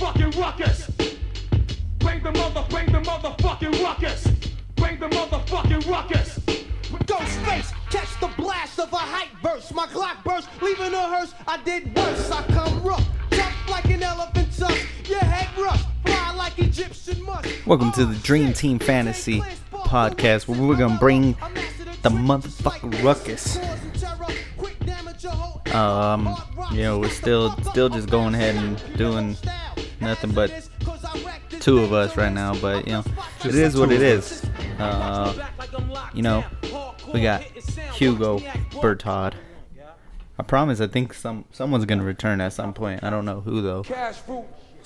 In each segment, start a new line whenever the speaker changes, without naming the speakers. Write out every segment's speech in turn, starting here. ruckus. Bring the mother, bring the motherfucking ruckus. Bring the motherfucking ruckus.
Ghostface, catch the blast of a hype verse. My Glock burst, leaving a hearse. I did worse. I come rough, tough like an elephant tusk. Your head rough, fly like Egyptian musk. Oh,
Welcome to the Dream Team Fantasy podcast where we're gonna bring the motherfucking ruckus. Um, you know, we're still still just going ahead and doing nothing but two of us right now, but you know, it
Just
is what
two
it
of
is. Uh, you know, we got Hugo Bertod. I promise. I think some someone's gonna return at some point. I don't know who though.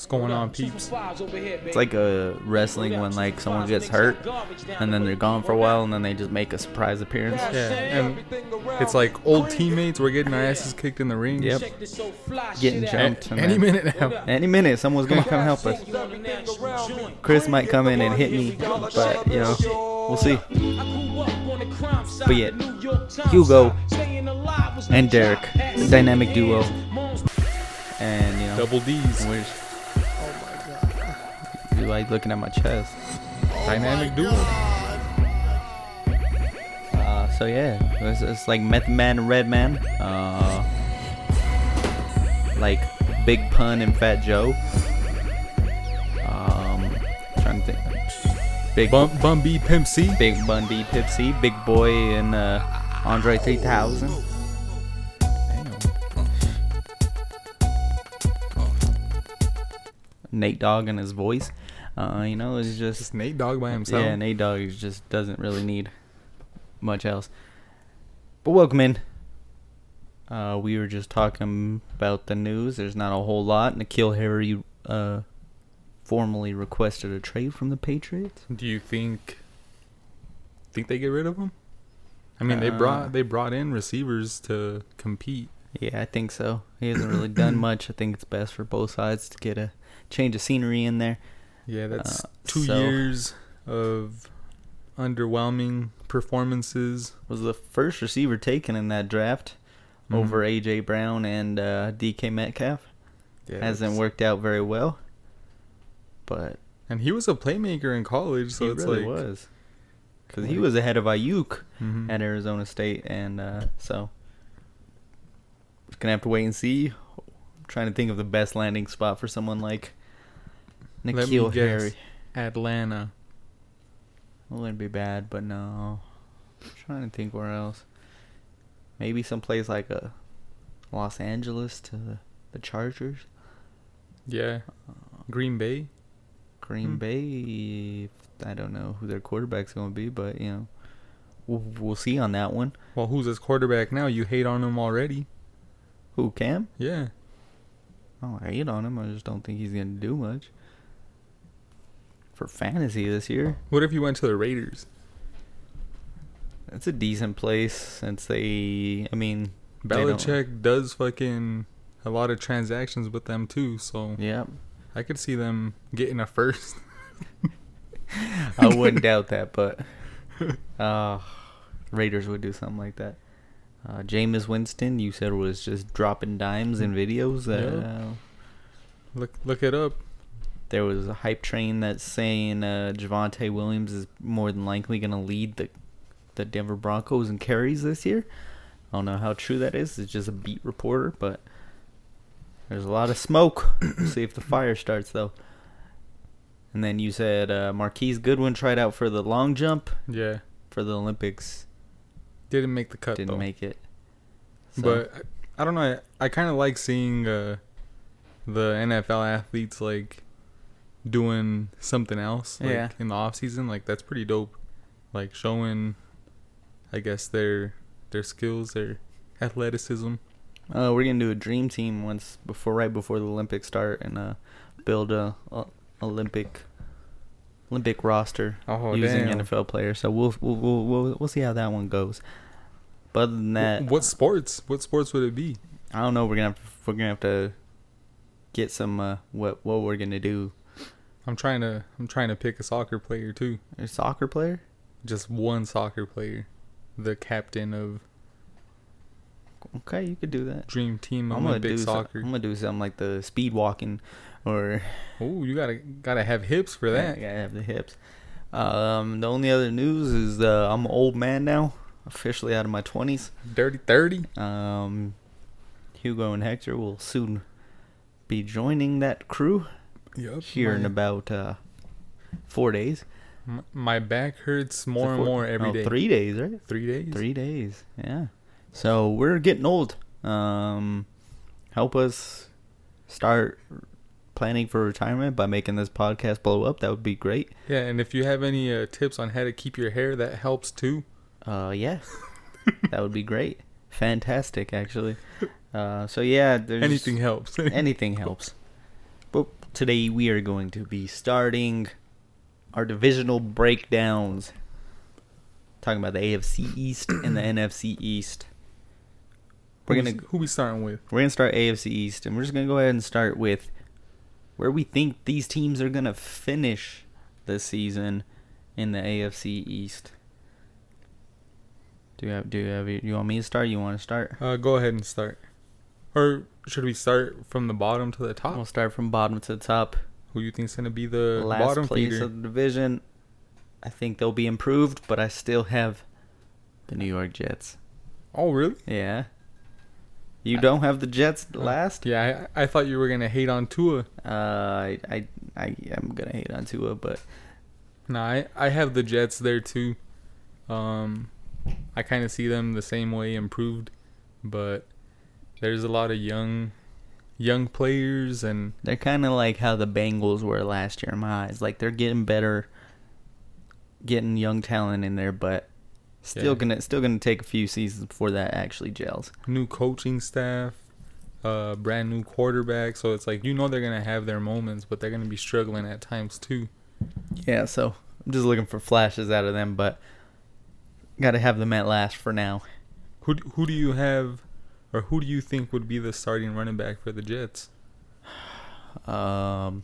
What's going on, peeps?
It's like a wrestling when like someone gets hurt and then they're gone for a while and then they just make a surprise appearance.
Yeah, and it's like old teammates. We're getting our asses kicked in the ring.
Yep. Getting
A-
jumped. and
any
then-
minute now.
Any minute, someone's gonna come help us. Chris might come in and hit me, but you know, we'll see.
But
yeah,
yeah,
Hugo
Hugo
and
and
Derek,
Derek,
the dynamic
dynamic
duo.
duo.
And you know,
Double D's.
we're just- you like looking at my chest.
Dynamic duo.
Uh, so yeah, it's, it's like Meth Man, Red Man, uh, like Big Pun and Fat Joe. Um, trying to think. Big
Bum, Bum B Pimp C.
Big Bun B Pipsy, Big Boy, and uh, Andre 3000. Nate Dogg and his voice. Uh, you know, it's just
Just Nate Dogg by himself.
yeah, Nate Dogg is just doesn't really need much else. But welcome in. Uh, we were just talking about the news. There's not a whole lot. Nikhil Harry uh, formally requested a trade from the Patriots.
Do you think think they get rid of him? I mean, they
Uh,
brought they brought in receivers to compete.
Yeah, I think so. He hasn't really done much. I think it's best for both sides to get a change of scenery in there.
Yeah, that's
Uh,
two
so-
years of underwhelming performances.
Was the first receiver taken in that draft over AJ Brown and uh, DK Metcalf.
Yeah,
Hasn't
that's-
worked out very well. But
And he was a playmaker in college, so
he
it's
really
like
was because he
Like-
was ahead of Ayuk
Mhm.
at Arizona State, and uh, so just gonna have to wait and see. trying to think of the best landing spot for someone like
Let me
Nikhil
guess.
Harry.
Atlanta.
Well, it'd be bad, but no. I'm trying to think where else. Maybe someplace like a Los Angeles to the, the Chargers,
Yeah, Green Bay.
Green
Hmm.
Bay. I don't know who their quarterback's gonna be, but you know, we'll, we'll see on that one.
Well, who's his quarterback now? You hate on him already.
Who Cam?
Yeah,
I don't hate on him. I just don't think he's gonna do much for fantasy this year.
What if you went to the Raiders?
That's a decent place since they. I mean, they don't-
Belichick does fucking a lot of transactions with them too, so
Yep,
I could see them getting a first.
I wouldn't doubt that, but uh, Raiders would do something like that. Uh, Jameis Winston, you said was just dropping dimes in videos. That
Yeah.
uh,
Look look it up.
there was a hype train that's saying uh, Javante Williams is more than likely going to lead the the Denver Broncos in carries this year. I don't know how true that is. It's just a beat reporter, but there's a lot of smoke. We'll see if the fire starts though. And then you said uh, Marquise Goodwin tried out for the long jump
Yeah.
for the Olympics.
Didn't make the cut
Didn't
though.
make it. So,
But I, I don't know. I, I kind of like seeing uh, the NFL athletes like doing something else like
Yeah.
in the off season. Like that's pretty dope. Like showing I guess their their skills, their athleticism.
uh, we're gonna do a dream team once before, right before the Olympics start, and uh, build a, a Olympic Olympic roster
Oh,
using
damn.
NFL players. So we'll we'll, we'll we'll we'll see how that one goes. But other than that,
What sports? What sports would it be?
I don't know. We're gonna have to, we're gonna have to get some uh, what what we're gonna do.
I'm trying to I'm trying to pick a soccer player too.
A soccer player?
Just one soccer player, the captain of
okay, you could do that.
Dream team
I'm gonna do
Olympic
some-
soccer.
I'm gonna do something like the speed walking, or
Oh, you gotta gotta have hips for
yeah,
that.
I have the hips. Um, the only other news is uh, I'm an old man now, officially out of my twenties.
Dirty thirty.
Um, Hugo and Hector will soon be joining that crew
Yep.
here in
my,
about uh, four days.
m- my back hurts
Is it
more and
four-
more every
no,
day.
Three days, right?
Three days.
Three days. Yeah. So we're getting old. Um, help us start planning for retirement by making this podcast blow up. That would be great.
Yeah, and if you have any uh, tips on how to keep your hair, that helps too.
Uh, yeah, that would be great. Fantastic, actually. Uh, so yeah, there's
Anything helps.
anything helps. But today we are going to be starting our divisional breakdowns. Talking about the AFC East and the NFC East. We're
Who's-
gonna
who we starting with?
we're gonna start AFC East, and we're just gonna go ahead and start with where we think these teams are gonna finish this season in the AFC East. Do you have do you have you want me to start? You want to start?
Uh, go ahead and start. Or should we start from the bottom to the top?
We'll start from bottom to the top.
Who you think's gonna be the
Last
Uh, bottom
place
feeder?
of the division. I think they'll be improved, but I still have the New York Jets.
oh, really?
Yeah. You don't have the Jets last?
Uh, Yeah, I, I thought you were gonna hate on Tua.
Uh, I, I, I am gonna hate on Tua, but
Nah, I, I have the Jets there too. Um, I kind of see them the same way, improved, but there's a lot of young, young players, and
They're kind of like how the Bengals were last year in my eyes. Like they're getting better, getting young talent in there, but still
Yeah.
gonna still gonna take a few seasons before that actually gels.
new coaching staff, uh, brand new quarterback. So it's like you know they're gonna have their moments, but they're gonna be struggling at times too.
Yeah, so I'm just looking for flashes out of them, but gotta have them at last for now.
Who d- who do you have, or who do you think would be the starting running back for the Jets?
Um,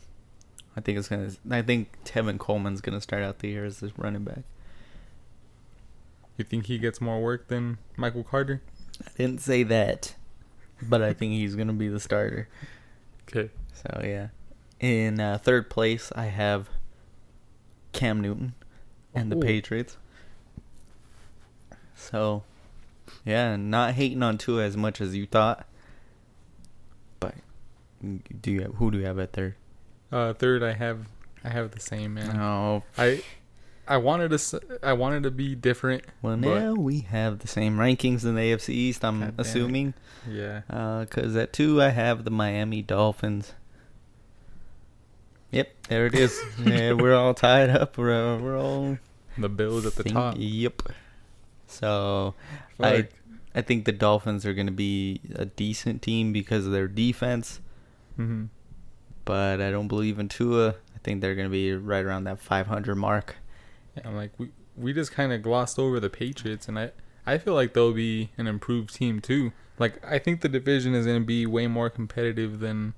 I think it's gonna. I think Tevin Coleman's gonna start out the year as this running back.
You think he gets more work than Michael Carter?
I didn't say that, but I think he's gonna be the starter.
Okay.
So yeah, in uh, third place I have Cam Newton and the
Ooh.
Patriots. So yeah, not hating on Tua as much as you thought. But do you have, who do you have at third?
Uh, third, I have I have the same man.
Oh,
I I wanted to s- I wanted to be different.
well
but-
now we have the same rankings in the AFC East. I'm
God damn it.
assuming
Yeah.
because at two I have the Miami Dolphins. Yep, there it is. yeah, we're all tied up. We're uh, we're all
The Bills at the
think-
top.
Yep. So
Fuck.
I I think the Dolphins are going to be a decent team because of their defense,
Mhm.
but I don't believe in Tua. I think they're going to be right around that 500 mark.
Yeah, I'm like we we just kind of glossed over the Patriots and I I feel like they'll be an improved team too. Like I think the division is going to be way more competitive than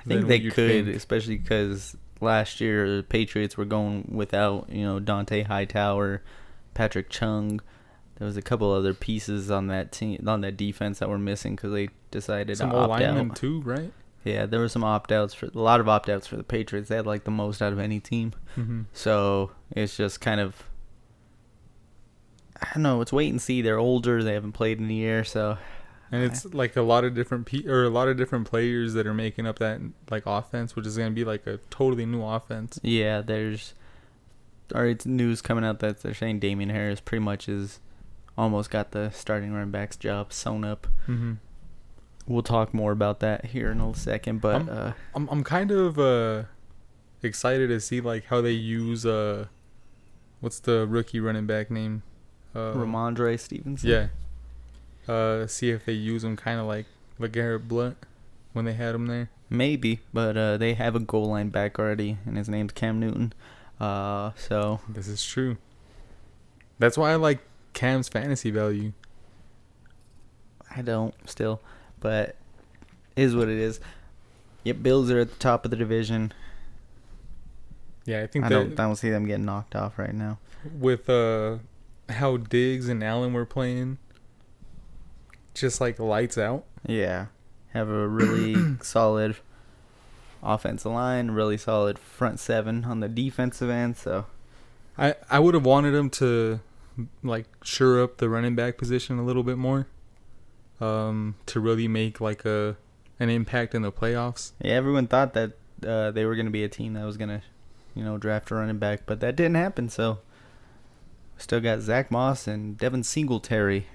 I think
than
they
you'd
could,
think.
especially 'cause especially because last year the Patriots were going without you know Dante Hightower, Patrick Chung. There was a couple other pieces on that team on that defense that were missing because they decided
Some
to
old
opt
linemen
out.
too, right?
Yeah, there were some opt outs for a lot of opt outs for the Patriots. They had like the most out of any team.
Mm-hmm.
So it's just kind of I don't know, it's wait and see. They're older, they haven't played in a year, so
And it's like a lot of different pe- or a lot of different players that are making up that like offense, which is going to be like a totally new offense.
yeah, there's already news coming out that they're saying Damian Harris pretty much is almost got the starting running back's job sewn up.
Mm-hmm.
We'll talk more about that here in a second, but
I'm-
uh,
I'm I'm kind of uh excited to see like how they use uh what's the rookie running back name? Uh
Ramondre Stevenson.
Yeah. Uh see if they use him kind of like LeGarrette Blunt when they had him there.
Maybe, but uh, they have a goal line back already, and his name's Cam Newton. Uh, so
This is true. That's why I like Cam's fantasy value.
I don't still, but it is what it is. Yep, Bills are at the top of the division.
Yeah, I think
I don't, I
that
don't see them getting knocked off right now.
with uh how Diggs and Allen were playing, just like lights out.
Yeah. Have a really solid offensive line, really solid front seven on the defensive end. So,
I I would have wanted him to like sure up the running back position a little bit more, um, to really make like a an impact in the playoffs.
yeah, everyone thought that uh, they were going to be a team that was going to, you know, draft a running back, but that didn't happen. So, still got Zach Moss and Devin Singletary.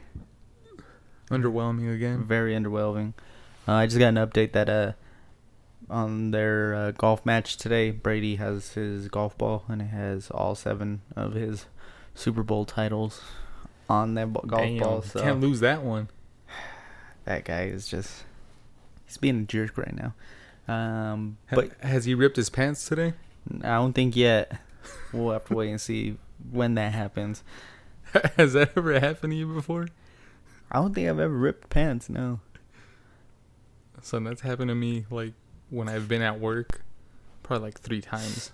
Underwhelming again.
Very underwhelming. Uh, I just got an update that uh, on their uh, golf match today, Brady has his golf ball and it has all seven of his Super Bowl titles on that b- golf
Damn,
ball.
you
So
Can't lose that one.
that guy is just he's being a jerk right now. Um,
Ha-
but
has he ripped his pants today?
I don't think yet. We'll have to wait and see when that happens.
has that ever happened to you before?
I don't think I've ever ripped pants. No.
So that's happened to me like when I've been at work, probably like three times.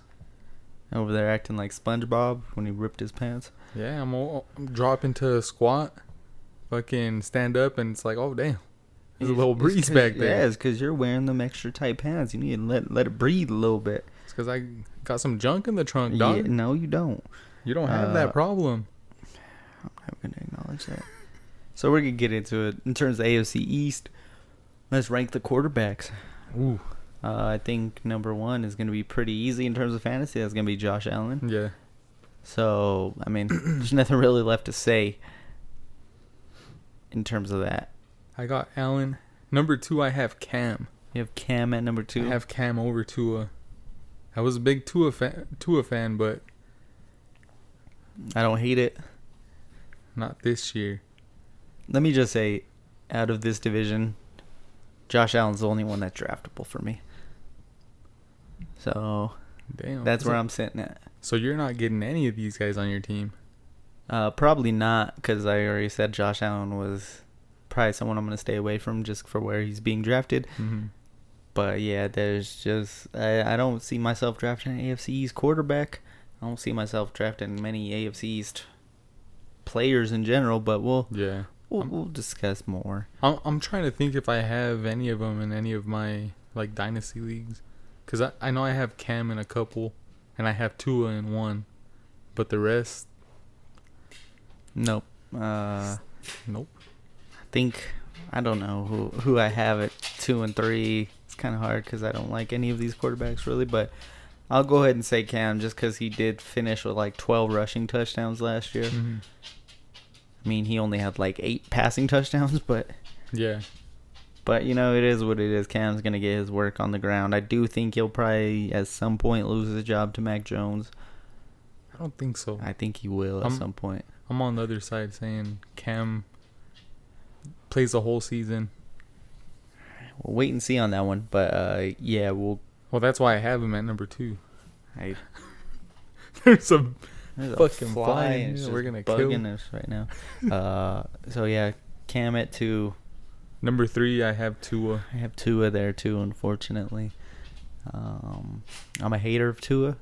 Over there acting like SpongeBob when he ripped his pants.
Yeah, I'm all I'm dropping to a squat, fucking stand up, and it's like, oh damn, there's a little
It's
breeze
'cause-
back
Yeah,
there.
it's because you're wearing them extra tight pants. You need to let let it breathe a little bit.
It's because I got some junk in the trunk,
Yeah,
dog.
no, you don't.
You don't have
Uh,
that problem.
I'm gonna acknowledge that. So we're gonna get into it in terms of AFC East. Let's rank the quarterbacks.
Ooh,
Uh, I think number one is gonna be pretty easy in terms of fantasy. That's gonna be Josh Allen.
yeah.
So I mean, there's nothing really left to say in terms of that.
I got Allen. Number two, I have Cam.
You have Cam at number two.
I have Cam over Tua. I was a big Tua fan, Tua fan, but
I don't hate it.
not this year.
Let me just say, out of this division, Josh Allen's the only one that's draftable for me. So
Damn.
that's where
so-
I'm sitting at.
So you're not getting any of these guys on your team.
Uh, probably not, because I already said Josh Allen was probably someone I'm going to stay away from just for where he's being drafted.
Mm-hmm.
But yeah, there's just I, I don't see myself drafting an AFC East quarterback. I don't see myself drafting many AFC East players in general. But we'll
Yeah.
we'll, we'll discuss more.
I'm I'm trying to think if I have any of them in any of my like dynasty leagues, because I I know I have Cam in a couple, and I have Tua in one, but the rest,
Nope. Uh,
nope.
I think I don't know who who I have at two and three. It's kind of hard because I don't like any of these quarterbacks really, but. I'll go ahead and say Cam just because he did finish with like 12 rushing touchdowns last year.
Mhm.
I mean, he only had like eight passing touchdowns, but
Yeah.
but you know it is what it is. Cam's gonna get his work on the ground. I do think he'll probably at some point lose his job to Mac Jones.
I don't think so.
I think he will at
Um,
some point.
I'm on the other side saying Cam plays the whole season.
We'll wait and see on that one. But uh, yeah, we'll.
Well, that's why I have him at number two.
I,
There's a
there's a
Fucking fly in
and it's
here, we're
just
gonna kill-
bugging us right now. uh, so yeah, Cam at two.
number three. I have Tua.
I have Tua there too, unfortunately. Um, I'm a hater of Tua.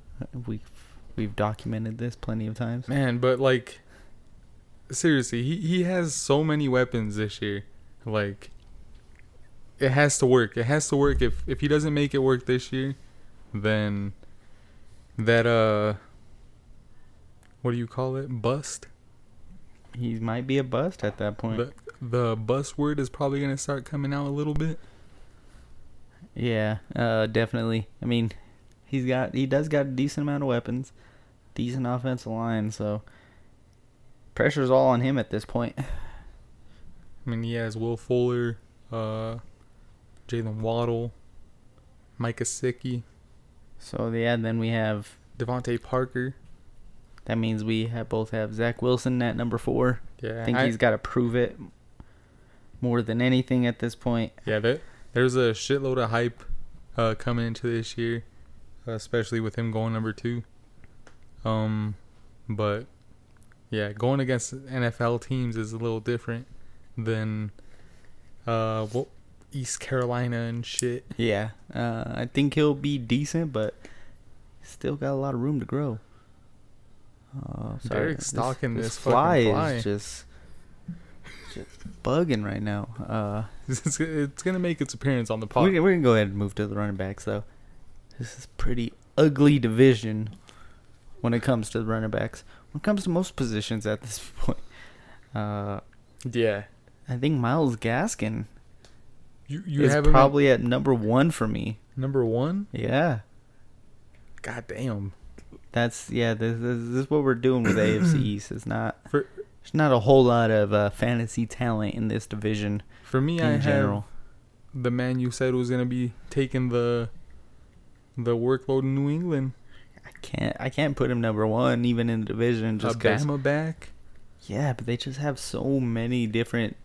We we've documented this plenty of times.
Man, but like seriously, he he has so many weapons this year. Like it has to work. It has to work. If if he doesn't make it work this year, then that uh what do you call it? Bust?
He might be a bust at that point.
The the bust word is probably gonna start coming out a little bit.
Yeah, uh, definitely. I mean, he's got he does got a decent amount of weapons, decent offensive line, so pressure's all on him at this point.
I mean he has Will Fuller, uh Jalen Waddle, Mike Sickie,
So yeah, then we have
Devontae Parker.
that means we have both have Zach Wilson at number four.
Yeah.
I think he's got to prove it more than anything at this point.
Yeah, there, there's a shitload of hype uh, coming into this year, especially with him going number two. Um, but yeah, going against NFL teams is a little different than uh, what East Carolina and shit.
Yeah, uh, I think he'll be decent, but still got a lot of room to grow. Oh, sorry.
Derek's stalking this fucking
fly,
fly.
is just bugging right now. Uh,
It's, it's gonna make its appearance on the pod.
we, we're gonna go ahead and move to the running backs though. This is pretty ugly division when it comes to the running backs. When it comes to most positions at this point, uh,
yeah,
I think Miles Gaskin
you you
is
have him at
probably at number one for me.
number one.
Yeah,
God damn.
that's yeah. This, this, this is what we're doing with AFC East. It's not
For
there's not a whole lot of uh, fantasy talent in this division
for me, I
in general.
have the man you said was gonna be taking the the workload in New England.
I can't I can't put him number one even in the division just 'cause-
Alabama back.
Yeah, but they just have so many different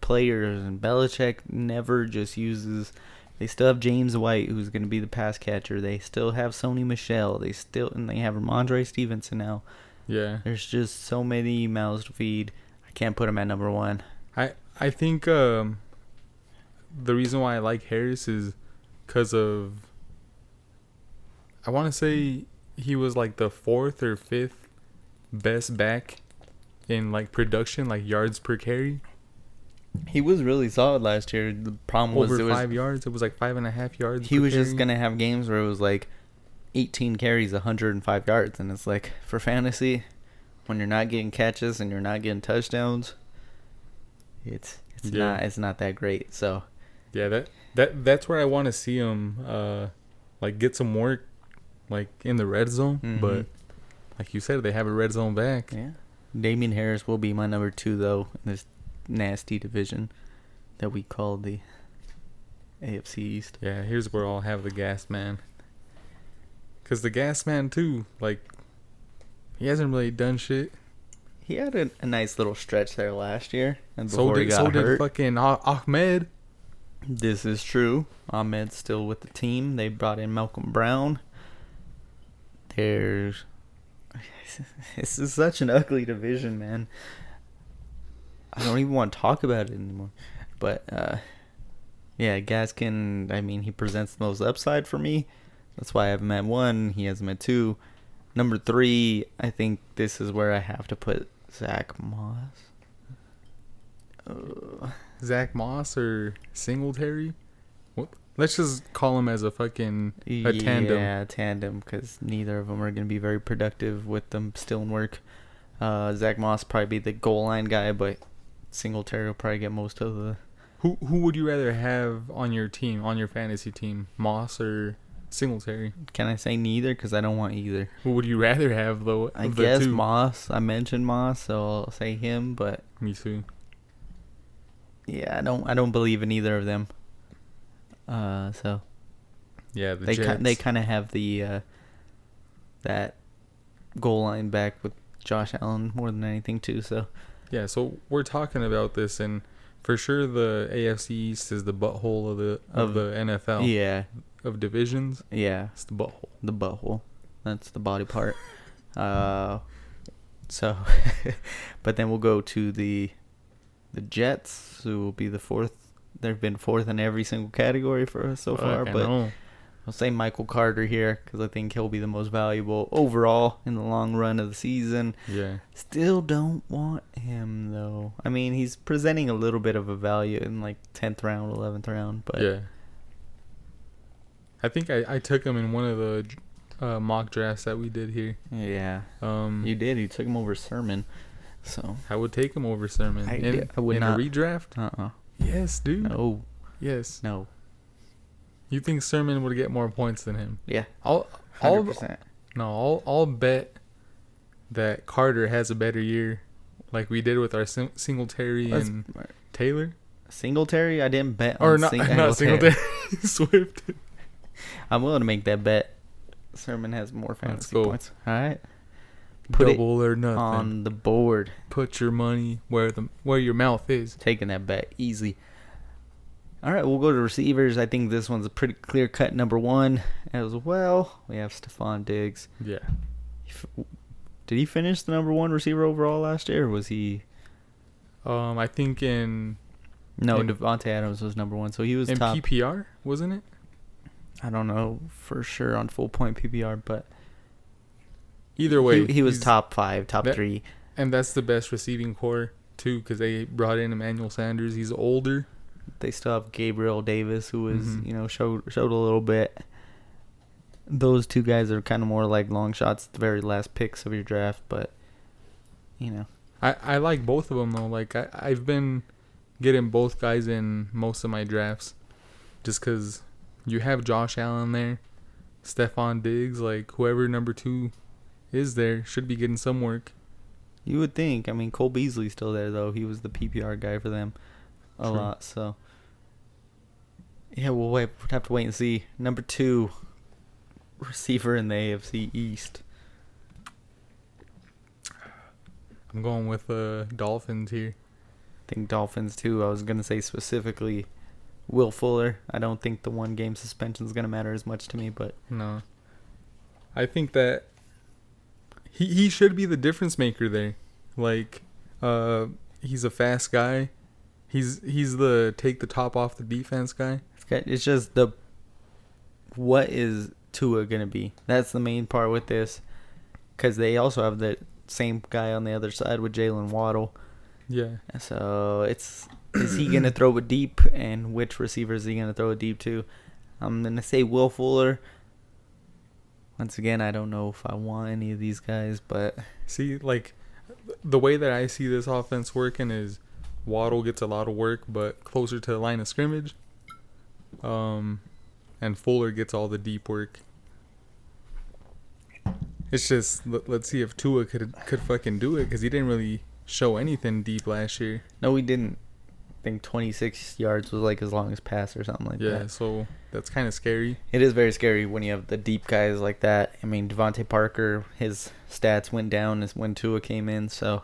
players, and Belichick never just uses. They still have James White, who's going to be the pass catcher. They still have Sony Michelle. They still and they have Ramondre Stevenson now.
Yeah,
There's just so many mouths to feed. I can't put him at number one.
I I think um, the reason why I like Harris is because of I want to say he was like the fourth or fifth best back in like production, like yards per carry
He was really solid last year. The problem was
over
it was
five yards. It was like five and a half yards.
he
per
was just
carry.
going to have games where it was like 18 carries, 105 yards, and it's like for fantasy, when you're not getting catches and you're not getting touchdowns, it's it's
Yeah.
not it's not that great. So
Yeah, that that that's where I want to see him, uh, like get some work, like in the red zone.
Mhm.
But like you said, they have a red zone back.
yeah, Damien Harris will be my number two though in this nasty division that we call the AFC East.
Yeah, here's where I'll have the gas man. Cause the gas man too, like he hasn't really done shit.
He had a, a nice little stretch there last year, and
So
before he
did
got
so did
hurt.
fucking Ah- Ahmed.
This is true. Ahmed's still with the team. They brought in Malcolm Brown. There's. This is such an ugly division, man. I don't even want to talk about it anymore. But, uh, yeah, Gaskin, I mean, he presents the most upside for me. That's why I have him at one. He has him at two. Number three, I think this is where I have to put Zach Moss. Ugh.
Zach Moss or Singletary. What? Let's just call him as a fucking a tandem.
Yeah, tandem, because neither of them are going to be very productive with them still in work. Uh, Zach Moss probably be the goal line guy, but Singletary will probably get most of the.
Who who would you rather have on your team, on your fantasy team, Moss or Singletary?
Can I say neither? Because I don't want either.
Who would you rather have though?
I
of the
guess
two?
Moss. I mentioned Moss, so I'll say him. But
Me too.
yeah, I don't. I don't believe in either of them. Uh, so
Yeah, the
they ki-
Jets.
they kind of have the uh, that goal line back with Josh Allen more than anything too. So
Yeah, so we're talking about this, and for sure the AFC East is the butthole of the
Of-
of, the NFL.
yeah,
Of divisions,
yeah.
it's the butthole.
the butthole. That's the body part. uh, so, but then we'll go to the the Jets, who will be the fourth. They've been fourth in every single category for us so far,
Fuck, I
but
know.
I'll say Michael Carter here because I think he'll be the most valuable overall in the long run of the season.
yeah,
Still don't want him though. I mean, he's presenting a little bit of a value in like tenth round, eleventh round, but
yeah. I think I, I took him in one of the uh, mock drafts that we did here.
yeah,
Um,
you did. You took him over Sermon, so
I would take him over Sermon
I-
in,
yeah, I would
in
not.
a redraft.
uh uh
Yes, dude.
no,
Yes.
no,
You think Sermon would get more points than him?
yeah.
I'll,
Hundred
I'll,
percent.
No, I'll, I'll bet that Carter has a better year, like we did with our sing- Singletary
That's-
and Taylor,
Singletary, I didn't bet.
or
on
not,
Sing-
not Singletary, Swift.
I'm willing to make that bet. Sermon has more fantasy
go.
points. All right, Put it
Double or nothing.
on the board,
Put your money where the where your mouth is.
taking that bet easy. All right, we'll go to receivers. I think this one's a pretty clear cut number one as well. We have Stephon Diggs.
Yeah,
He f- Did he finish the number one receiver overall last year? Or was he?
um, I think in
No,
In-
Devontae Adams was number one, so he was
in
top.
PPR wasn't it?
I don't know for sure on full point PPR, but
Either way,
he, he was
he's-
top five, top
that-
three.
and that's the best receiving core too because they brought in Emmanuel Sanders. He's older.
They still have Gabriel Davis, who was
Mhm.
you know showed showed a little bit. Those two guys are kind of more like long shots, the very last picks of your draft, but you know,
I, I like both of them though. Like I I've been getting both guys in most of my drafts, just because you have Josh Allen there, Stephon Diggs, like whoever number two is there should be getting some work.
you would think. I mean, Cole Beasley's still there though. He was the PPR guy for them a
True.
lot, so yeah, we'll wait. We'll have to wait and see. Number two receiver in the AFC East.
I'm going with the Dolphins here.
I think Dolphins too. I was gonna say specifically Will Fuller. I don't think the one game suspension is gonna matter as much to me, but
No, I think that he he should be the difference maker there. Like, uh, he's a fast guy. He's he's the take the top off the defense guy.
it's got- it's just the what is Tua gonna be? That's the main part with this, because they also have the same guy on the other side with Jalen Waddle.
Yeah.
So it's is he gonna throw it deep, and which receiver is he gonna throw it deep to? I'm gonna say Will Fuller. Once again, I don't know if I want any of these guys, but
See, like th- the way that I see this offense working is Waddle gets a lot of work, but closer to the line of scrimmage. Um, and Fuller gets all the deep work. It's just let, let's see if Tua could could fucking do it because he didn't really show anything deep last year.
No, we didn't. I think 26 yards was like his longest pass or something like
Yeah,
that.
so that's kind of scary.
It is very scary when you have the deep guys like that. I mean, Devontae Parker, his stats went down as when Tua came in, so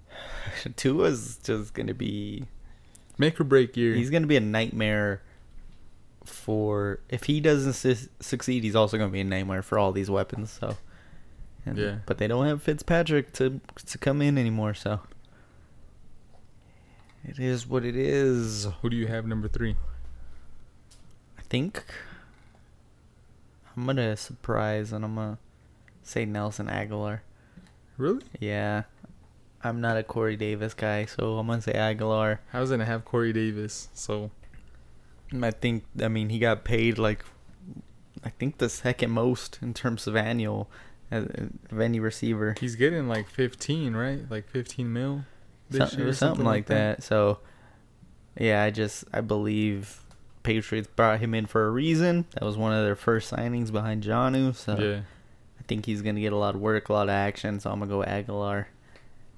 Tua's just going to be
Make or break year.
he's going to be a nightmare for if he doesn't su- succeed, he's also going to be a nightmare for all these weapons, so and,
Yeah.
But they don't have Fitzpatrick to to come in anymore, so it is what it is.
Who do you have number three?
I think I'm gonna surprise and I'm gonna say Nelson Aguilar.
Really?
Yeah, I'm not a Corey Davis guy, so I'm gonna say Aguilar.
I was gonna have Corey Davis, so
And I think I mean he got paid like I think the second most in terms of annual uh, of any receiver.
he's getting like 15, right? Like 15 mil.
Some- it was something, like that. So, yeah, I just I believe Patriots brought him in for a reason. That was one of their first signings behind Janu. So
Yeah.
I think he's gonna get a lot of work, a lot of action, so I'm gonna go Aguilar.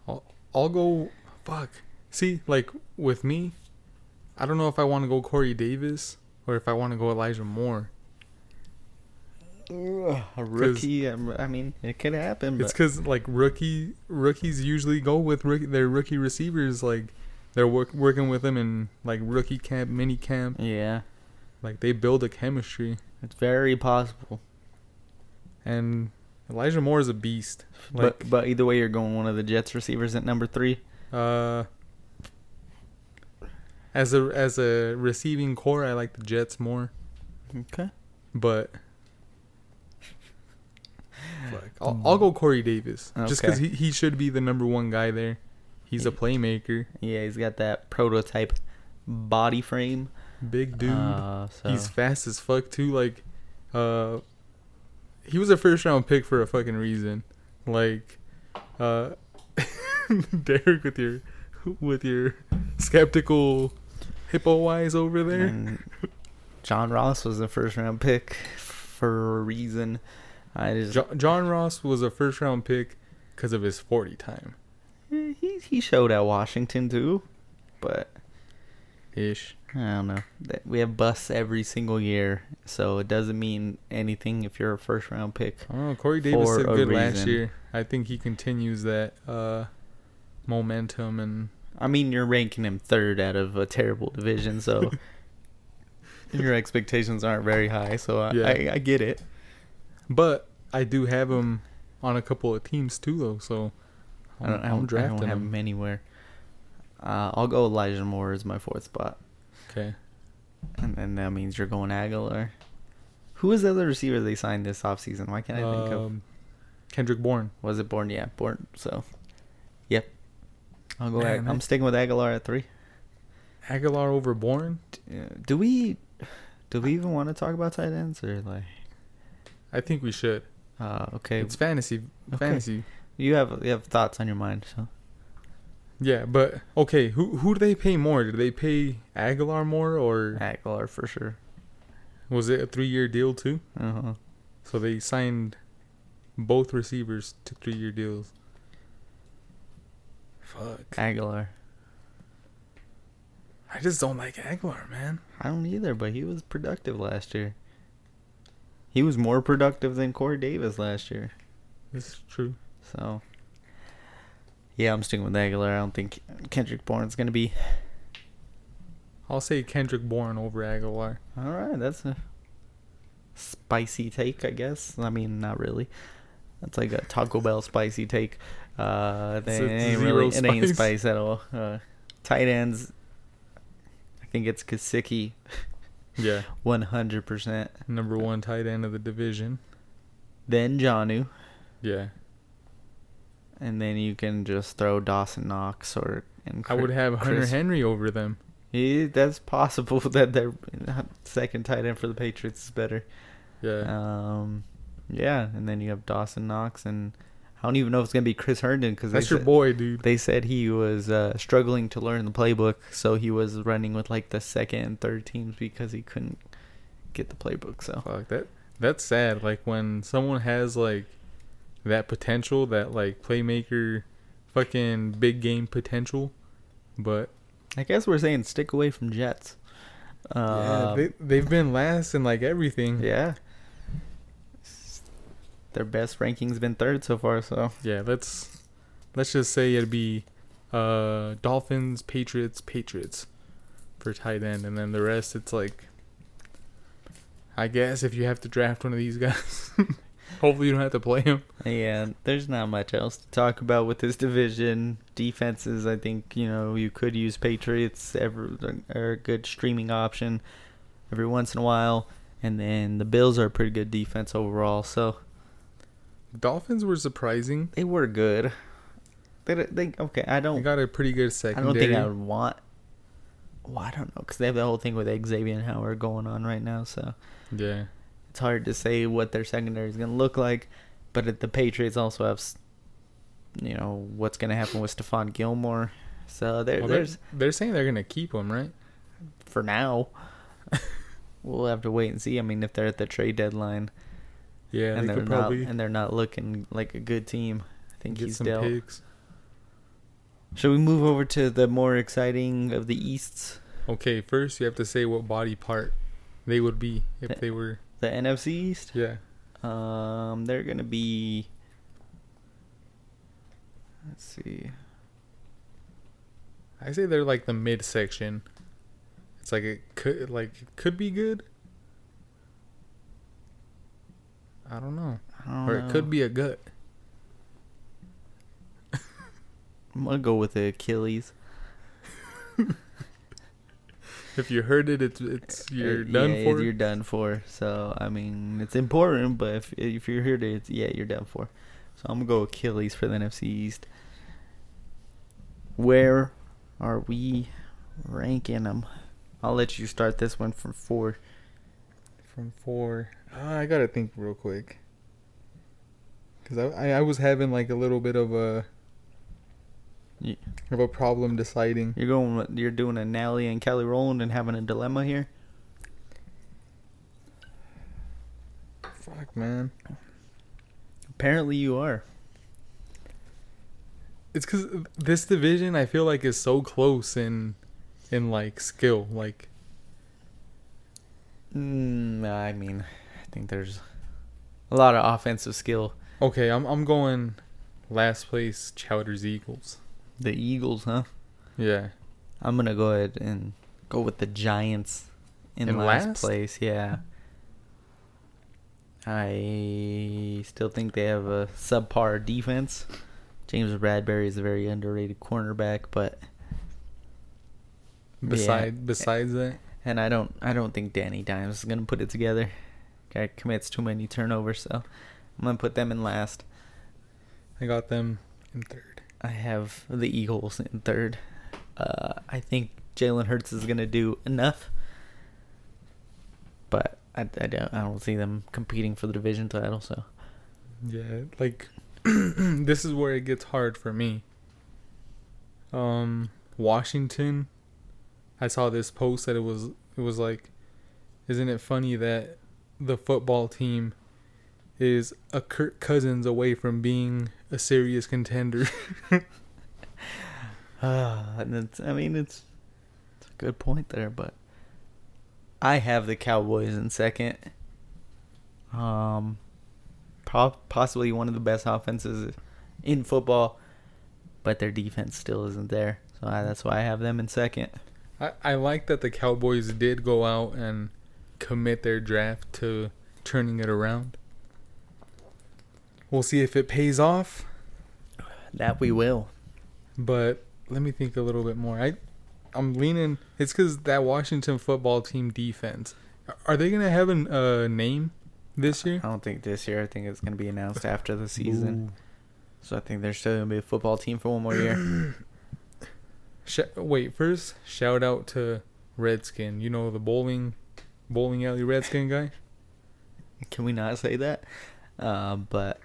I'll, I'll go. Fuck. See, like with me, I don't know if I want to go Corey Davis or if I want to go Elijah Moore.
A rookie, um, I mean, it could happen. But
It's because like rookie rookies usually go with rookie, their rookie receivers. Like they're work, working with them in like rookie camp, mini camp.
yeah,
Like they build a chemistry.
it's very possible.
And Elijah Moore is a beast. Like
but but either way, you're going one of the Jets receivers at number three.
uh, as a as a receiving core, I like the Jets more.
Okay.
but I'll, I'll go Corey Davis just because
Okay.
he, he should be the number one guy there. He's a playmaker,
Yeah, he's got that prototype body frame.
big dude.
Uh, so
He's fast as fuck too. Like, uh, he was a first round pick for a fucking reason. Like, uh, Derek with your with your skeptical hippo eyes over there.
and John Ross was a first round pick for a reason. I just
Jo- John Ross was a first round pick because of his forty time
eh, he he showed at Washington too, but
ish.
I don't know. That- We have busts every single year, so it doesn't mean anything if you're a first round pick.
I don't know. Corey Davis
for
did
a
good last
reason.
year. I think he continues that uh, momentum and
I mean, you're ranking him third out of a terrible division, so your expectations aren't very high. So I,
Yeah.
I, I get it.
but I do have him on a couple of teams too though, so
I don't, I don't, I don't have him anywhere. Uh, I'll go Elijah Moore as my fourth spot,
Okay.
and then that means you're going Aguilar. Who was the other receiver they signed this offseason? Why can't I think of?
Um, Kendrick Um, Bourne.
Was it Born? Yeah, Born. So, yep. I'll go.
Man,
Ag- I'm
that-
sticking with Aguilar at three.
Aguilar over Bourne.
Yeah, Do we? Do we even want to talk about tight ends or like?
I think we should.
Uh, okay,
It's fantasy,
Okay.
fantasy.
you have you have thoughts on your mind. So
Yeah, but okay. Who who do they pay more? Did they pay Aguilar more, or
Aguilar for sure.
was it a three-year deal too?
Uh-huh.
So they signed both receivers to three-year deals. Fuck.
Aguilar.
I just don't like Aguilar, man.
I don't either, but he was productive last year. He was more productive than Corey Davis last year.
It's true.
So yeah, I'm sticking with Aguilar. I don't think Kendrick Bourne's gonna be.
I'll say Kendrick Bourne over Aguilar.
All right, that's a spicy take, I guess. I mean, not really. That's like a Taco Bell spicy take. Uh, they,
It's a
it ain't
zero
really, it ain't
spice.
spice at all. Uh, tight ends, I think it's Kasicki,
Yeah,
one hundred percent.
number one tight end of the division.
Then Janu,
Yeah,
and then you can just throw Dawson Knox or and
I would
Cr-
have Hunter
Chris-
Henry over them.
Yeah, that's possible that their second tight end for the Patriots is better.
Yeah,
Um, yeah, and then you have Dawson Knox, and I don't even know if it's gonna be Chris Herndon because
that's your
said,
boy, dude.
They said he was uh, struggling to learn the playbook, so he was running with like the second and third teams because he couldn't get the playbook. So
Fuck that. That's sad. Like when someone has like that potential, that like playmaker, fucking big game potential, but
I guess we're saying stick away from Jets.
yeah,
Um,
they they've been last in like everything.
yeah. Their best ranking's been third so far, so
Yeah, let's let's just say it'd be uh Dolphins, Patriots, Patriots for tight end, and then the rest it's like I guess if you have to draft one of these guys, hopefully you don't have to play him.
Yeah, there's not much else to talk about with this division. Defenses, I think you know you could use Patriots. Ever are a good streaming option every once in a while, and then the Bills are a pretty good defense overall. So
Dolphins were surprising.
they were good. They don't- they okay. I
They
don't.
got a pretty good
I
secondary.
don't think I would want. Well, I don't know because they have the whole thing with Xavier and Howard going on right now. So
Yeah.
it's hard to say what their secondary is going to look like. But it- the Patriots also have, s- you know, what's going to happen with Stephon Gilmore. So there,
Well, they're,
there's
they're saying they're gonna keep him, right?
for now. we'll have to wait and see. I mean, if they're at the trade deadline
Yeah,
and
they
they're
could
not
probably
and they're not looking like a good team, I think
get
he's
some
dealt.
picks.
Should we move over to the more exciting of the Easts,
Okay, first you have to say what body part they would be if they were.
the NFC East?
Yeah,
Um, they're gonna be. Let's see.
I say they're like the midsection. It's like it could like it could be good. I don't know,
I don't
or
know.
it could be a gut.
I'm gonna go with the Achilles.
If you heard it, it's it's you're
Uh,
done
yeah,
for.
You're done for. So I mean, it's important, but if if you're here to, it's, yeah, you're done for. So I'm gonna go Achilles for the NFC East. Where are we ranking them? I'll let you start this one from four.
from four. Uh, I gotta think real quick. Cause I, I I was having like a little bit of a
Ye-
of a problem deciding.
You're going. with- You're doing a Nally and Kelly Rowland and having a dilemma here.
Fuck man,
Apparently, you are.
it's cause this division I feel like is so close in in like skill. Like
Mm, I mean, I think there's a lot of offensive skill.
okay, I'm I'm going last place Chowder's Eagles.
The Eagles, huh?
Yeah,
I'm gonna go ahead and go with the Giants in,
In
last,
last?
place. Yeah, I still think they have a subpar defense. James Bradbury is a very underrated cornerback, but
beside besides that,
and I don't I don't think Danny Dimes is gonna put it together. Guy commits too many turnovers, so I'm gonna put them in last.
I got them in third.
I have the Eagles in third. Uh, I think Jalen Hurts is gonna do enough, but I, I don't I don't see them competing for the division title. So
Yeah, like this is where it gets hard for me. Um, Washington. I saw this post that it was it was like, isn't it funny that the football team is a Kirk Cousins away from being a serious contender?
Uh, and it's, I mean, it's, it's a good point there, but I have the Cowboys in second. Um, prob possibly one of the best offenses in football, but their defense still isn't there. So I, that's why I have them in second.
I, I like that the Cowboys did go out and commit their draft to turning it around. We'll see if it pays off.
That we will.
but let me think a little bit more. I, I'm leaning. It's because that Washington football team defense. Are they gonna have a uh, name this year?
I don't think this year. I think it's going to be announced after the season. So I think they're still going to be a football team for one more year.
Sh- wait, first shout out to Redskin. You know the bowling, bowling alley Redskin guy.
Can we not say that? Uh, but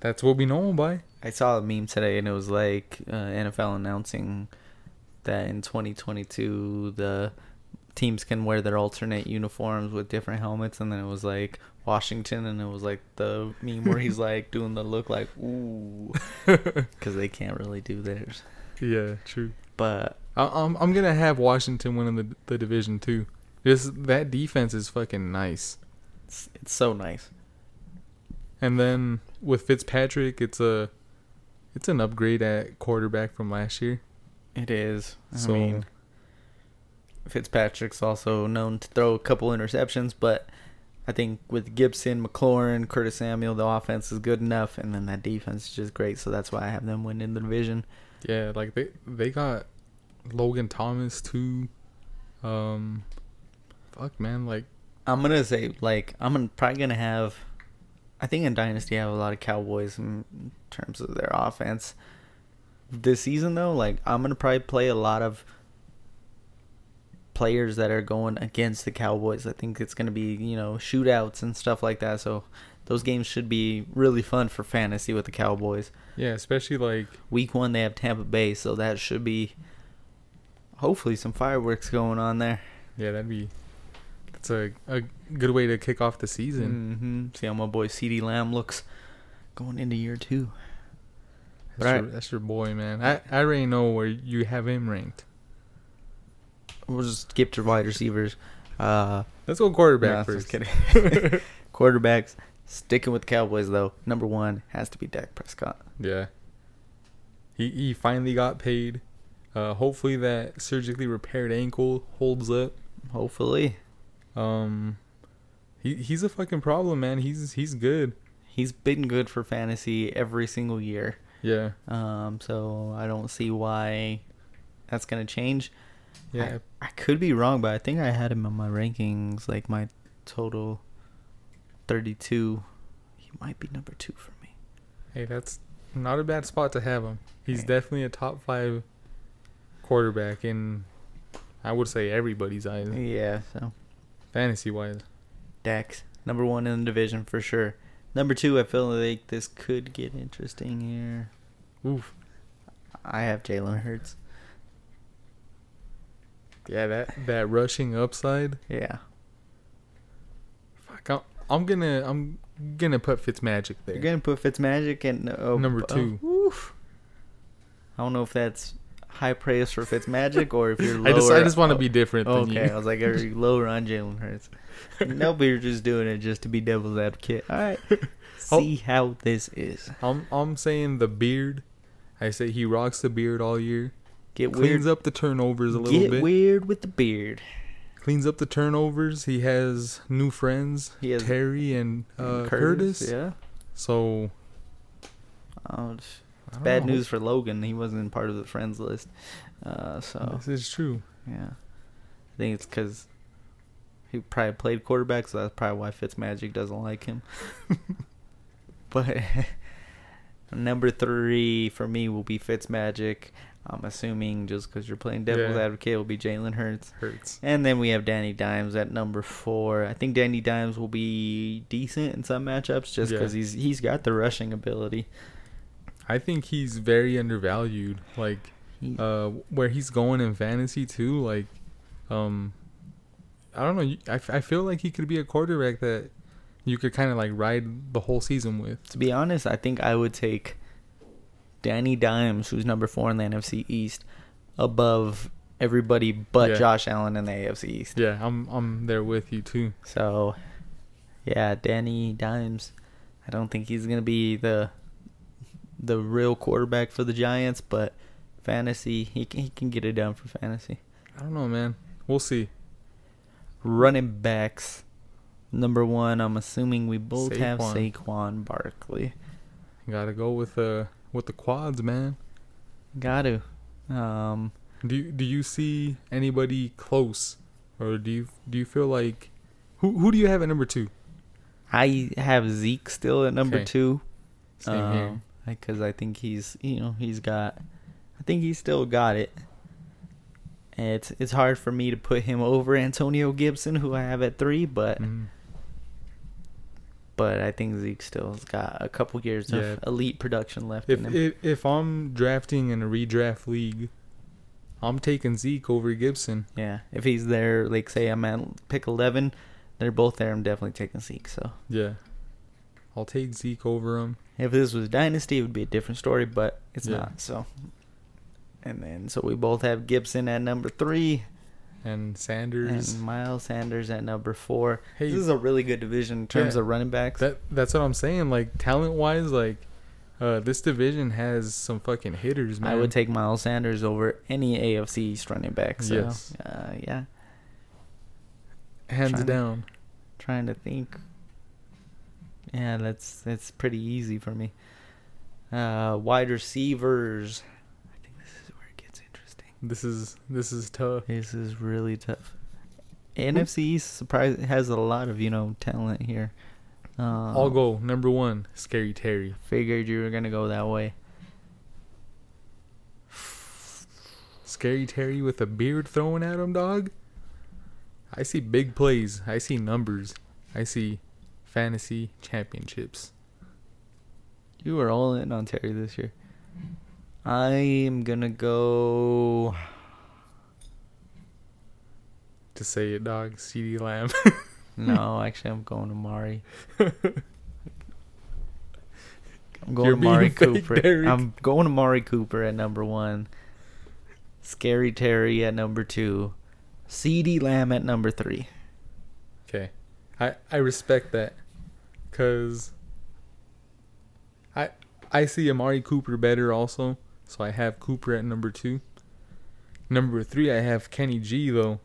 That's what we know him by.
I saw a meme today, and it was like uh, NFL announcing that in 2022 the teams can wear their alternate uniforms with different helmets, and then it was like Washington, and it was like the meme where he's like doing the look like ooh, because they can't really do theirs.
Yeah, true.
But
I- I'm I'm gonna have Washington winning the the division too. This that defense is fucking nice.
it's, it's so nice.
And then with Fitzpatrick, it's a it's an upgrade at quarterback from last year.
It is. I
So-
mean, Fitzpatrick's also known to throw a couple interceptions, but I think with Gibson, McLaurin, Curtis Samuel, the offense is good enough, and then that defense is just great. So that's why I have them winning the division.
Yeah, like they they got Logan Thomas too. Um, fuck man, like
I'm gonna say like I'm gonna- probably gonna have. I think in Dynasty I have a lot of Cowboys in terms of their offense. This season though, like I'm gonna probably play a lot of players that are going against the Cowboys. I think it's gonna be you know shootouts and stuff like that. So those games should be really fun for fantasy with the Cowboys.
yeah, especially like
Week one they have Tampa Bay, so that should be hopefully some fireworks going on there.
yeah, that'd be that's a a good way to kick off the season.
Mm-hmm. See how my boy CD Lamb looks going into year two.
That's,
Right.
your, that's your boy, man. I I already know where you have him ranked.
We'll just skip to wide receivers. Uh,
Let's go quarterback
nah,
first.
just kidding. Quarterbacks. Sticking with Cowboys though. Number one has to be Dak Prescott.
Yeah. He he finally got paid. Uh, hopefully that surgically repaired ankle holds up.
Hopefully,
Um, he he's a fucking problem, man. He's he's good.
he's been good for fantasy every single year.
Yeah.
Um, so I don't see why that's gonna change.
Yeah.
I, I could be wrong, but I think I had him on my rankings, like my total thirty-two. He might be number two for me.
Hey, that's not a bad spot to have him. He's
Hey.
definitely a top five quarterback in, I would say, everybody's eyes,
Yeah, so
fantasy wise.
Dax, number one in the division for sure. Number two, I feel like this could get interesting here.
Oof.
I have Jalen Hurts.
Yeah, that that rushing upside.
Yeah,
Fuck, I'm, I'm gonna I'm gonna put Fitzmagic there.
you're gonna put Fitzmagic and oh,
Number
oh,
two.
oof. I don't know if that's high praise for Fitzmagic or if you're lower.
I just I just want to
oh,
be different than
Okay,
okay.
I was like, are you lower on Jalen Hurts? nope, you're just doing it just to be devil's advocate. All right,
Oh.
see how this is.
I'm I'm saying the beard. I say he rocks the beard all year.
Get
Cleans
weird.
up the turnovers a little
Get
bit.
weird with the beard.
Cleans up the turnovers. He has new friends.
He has-
Terry and, uh, Curtis.
yeah.
So
Oh,
I don't
Bad
know.
news for Logan. He wasn't part of the friends list. Uh, so,
This is true.
yeah. I think it's because he probably played quarterback, so that's probably why Fitzmagic doesn't like him. but Number three for me will be Fitzmagic. I'm assuming just because you're playing devil's
Yeah.
advocate will be Jalen Hurts.
Hurts.
And then we have Danny Dimes at number four. I think Danny Dimes will be decent in some matchups just
Yeah.
because he's he's got the rushing ability.
I think he's very undervalued. Like
He-
uh, where he's going in fantasy too. Like, um, I don't know. you- I, f- I feel like he could be a quarterback that you could kind of like ride the whole season with.
To be honest, I think I would take Danny Dimes, who's number four in the NFC East, above everybody but
Yeah.
Josh Allen in the AFC East.
Yeah, I'm I'm there with you too.
So, yeah, Danny Dimes. I don't think he's gonna be the the real quarterback for the Giants, but fantasy he can, he can get it done for fantasy.
I don't know, man. We'll see.
Running backs. Number one, I'm assuming we both have
Saquon.
Saquon Barkley.
Gotta go with uh with the quads, man.
Got to. Um,
Do you, do you see anybody close, or do you do you feel like who who do you have at number two?
I have Zeke still at number
Okay.
two.
Same
Uh,
here.
Because I think he's, you know, he's got, I think he's still got it. And it's it's hard for me to put him over Antonio Gibson, who I have at three, but
Mhm.
but I think Zeke still's got a couple years
Yeah.
of elite production left
If,
in him.
if if I'm drafting in a redraft league, I'm taking Zeke over Gibson.
yeah, if he's there, like say I'm at pick eleven, they're both there. I'm definitely taking Zeke. So
Yeah, I'll take Zeke over him.
If this was Dynasty, it would be a different story, but it's
Yeah.
not. So, and then so we both have Gibson at number three
And Sanders.
and Miles Sanders at number four.
Hey.
this is a really good division in terms
Yeah.
of running backs.
that that's what I'm saying. Like talent wise, like uh, this division has some fucking hitters, man.
I would take Miles Sanders over any AFC East running back. So,
Yes.
uh, yeah,
hands
China.
down.
trying to think. Yeah, that's that's pretty easy for me. Uh, wide receivers. I think this is where it gets interesting.
This is this is tough.
This is really tough.
Hmm?
NFC East surprise has a lot of you know talent here. Uh,
I'll go number one, Scary Terry.
Figured you were gonna go that way.
Scary Terry with a beard thrown at him, dog. I see big plays. I see numbers. I see fantasy championships.
You were all in on Terry this year. I am gonna go.
To say it, dog. CD Lamb.
No, actually, I'm going to Mari. I'm going
You're
to Mari
being fake,
Cooper.
Derek.
I'm going to Mari Cooper at number one. Scary Terry at number two. C.D. Lamb at number three.
Okay. I I respect that cuz I I see Amari Cooper better also, so I have Cooper at number 2. Number 3 I have Kenny G though.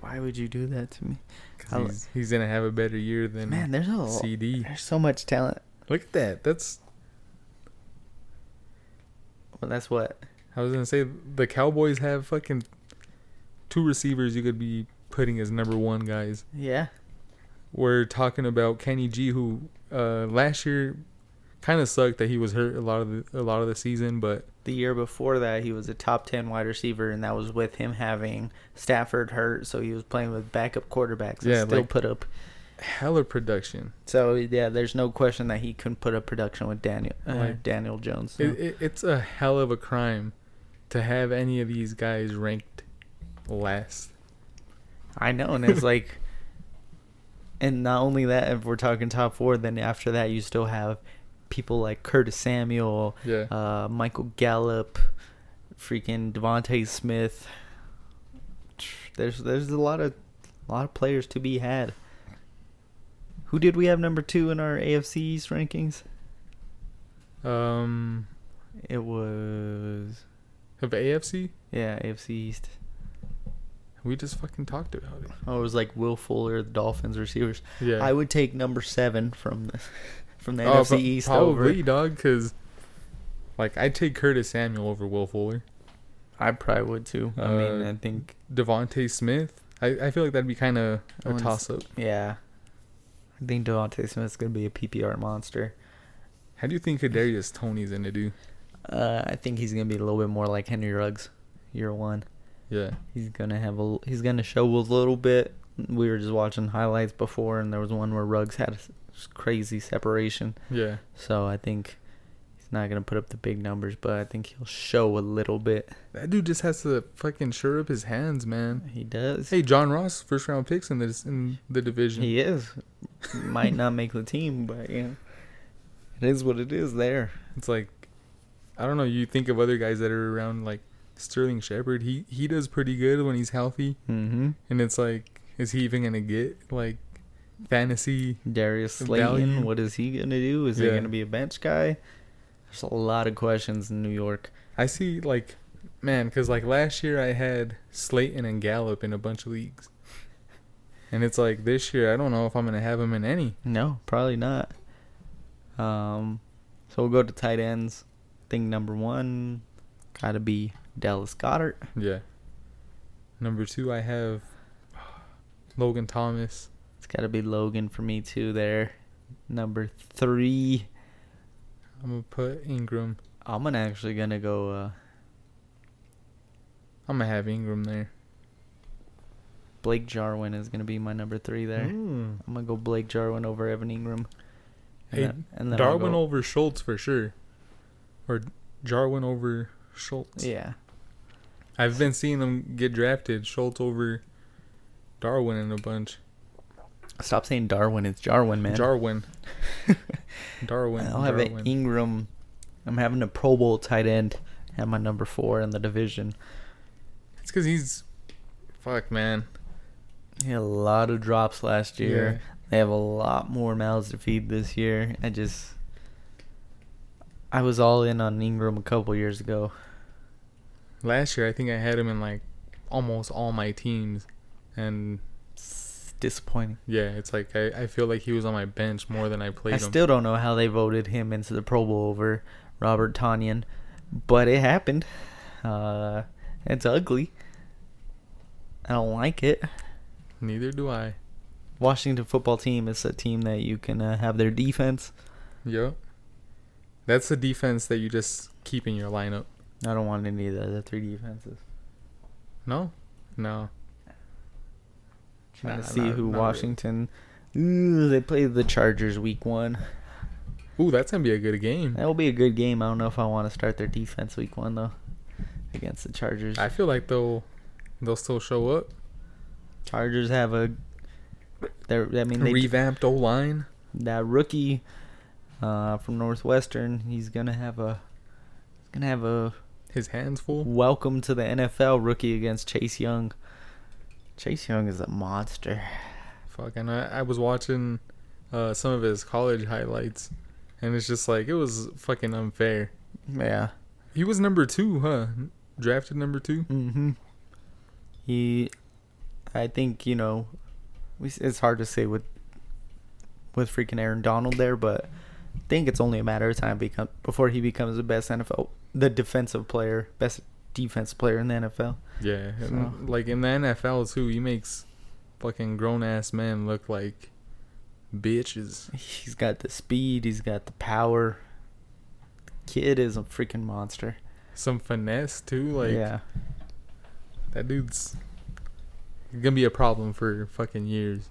Why would you do that to me?
'cause
I li-
He's, he's gonna have a better year than
Man, there's a
CD.
There's so much talent.
Look at that. That's
Well, that's what.
I was gonna say the Cowboys have fucking two receivers you could be putting as number one guys.
Yeah.
We're talking about Kenny G, who uh, last year kind of sucked that he was hurt a lot of the, a lot of the season, but
The year before that, he was a top 10 wide receiver, and that was with him having Stafford hurt, so he was playing with backup quarterbacks and
Yeah,
still
like-
put up.
hella production.
So, yeah, there's no question that he couldn't put up production with Daniel uh,
Like-
Daniel Jones. so.
It, it, it's a hell of a crime to have any of these guys ranked last.
I know, and it's like, and not only that, if we're talking top four, then after that you still have people like Curtis Samuel,
Yeah.
uh, Michael Gallup, freaking Devontae Smith. There's there's a lot of a lot of players to be had. Who did we have number two in our AFC East rankings?
Um,
It was
of AFC,
yeah AFC East.
we just fucking talked about it.
Oh, it was like Will Fuller, the Dolphins receivers.
Yeah.
I would take number seven from the from the
Oh,
NFC
pro-
East
probably,
over.
dog, because like I take Curtis Samuel over Will Fuller,
I probably would too. I mean,
Uh,
I think
Devonte Smith. I, I feel like that'd be kind of
I
a
wanna s-
toss up.
yeah. I think Devontae Smith's gonna be a PPR monster.
How do you think Kadarius Tony's gonna do?
Uh, I think he's gonna be a little bit more like Henry Ruggs, year one.
Yeah,
He's gonna have a he's gonna show a little bit. We were just watching highlights before, and there was one where Ruggs had a s- crazy separation.
yeah.
So I think he's not gonna put up the big numbers, but I think he'll show a little bit.
That dude just has to fucking sure up his hands, man.
He does.
Hey, John Ross, first round picks in this in the division.
He is. Might not make the team, but you know, it is what it is. There.
It's like I don't know. You think of other guys that are around, like Sterling Shepard. He he does pretty good when he's healthy,
Mm-hmm.
and it's like, is he even gonna get like fantasy?
Darius
Value.
Slayton, what is he gonna do? Is he
Yeah.
gonna be a bench guy? There's a lot of questions in New York.
I see like, man, because like last year I had Slayton and Gallup in a bunch of leagues, and it's like this year I don't know if I'm gonna have him in any.
No, probably not. Um, so we'll go to tight ends. Thing number one, gotta be Dallas Goddard.
Yeah. Number two, I have Logan Thomas.
It's gotta be Logan for me too. There. Number three,
I'm gonna put Ingram.
I'm gonna actually gonna go. Uh,
I'm gonna have Ingram there.
Blake Jarwin is gonna be my number three there.
Mm.
I'm gonna go Blake Jarwin over Evan Ingram. And
Hey,
then- and then I'll
Darwin
go-
over Schultz for sure, or Jarwin over Schultz.
Yeah,
I've been seeing them get drafted. Schultz over Darwin in a bunch.
stop saying Darwin. It's Jarwin, man.
Jarwin. Darwin.
I'll have
Darwin.
it Ingram. I'm having a Pro Bowl tight end at my number four in the division.
It's because he's, fuck man.
He had a lot of drops last year. They have a lot more mouths to feed this year. I just, I was all in on Ingram a couple years ago.
Last year I think I had him in like almost all my teams, and
It's disappointing.
yeah, it's like I, I feel like he was on my bench more than I played
I
him.
still don't know how they voted him into the Pro Bowl over Robert Tanyan, but it happened. Uh, it's ugly. I don't like it.
Neither do I.
Washington football team is a team that you can uh, have their defense.
Yep. That's the defense that you just keep in your lineup.
I don't want any of the other three defenses.
No, no.
Trying
Nah,
to see
not-
who
not really.
Washington. Ooh, they play the Chargers week one.
Ooh, that's gonna be a good game.
That'll be a good game. I don't know if I want to start their defense week one though, against the Chargers.
I feel like they'll they'll still show up.
Chargers have a. They're, I mean, they,
Revamped O line.
that rookie uh, from Northwestern, he's gonna have a, he's gonna have a
His hands full.
welcome to the NFL rookie against Chase Young. Chase Young is a monster.
Fuck. And I, I was watching uh, some of his college highlights, and it's just like it was fucking unfair.
Yeah.
He was number two, huh? Drafted number two.
Mm-hmm. He, I think you know, we, s- it's hard to say with with freaking Aaron Donald there, but I think it's only a matter of time become before he becomes the best NFL, the defensive player, best defense player in the NFL.
Yeah. and, like in the NFL too, he makes fucking grown ass men look like bitches.
He's got the speed, he's got the power. Kid is a freaking monster.
Some finesse too. Like
yeah,
that dude's gonna be a problem for fucking years.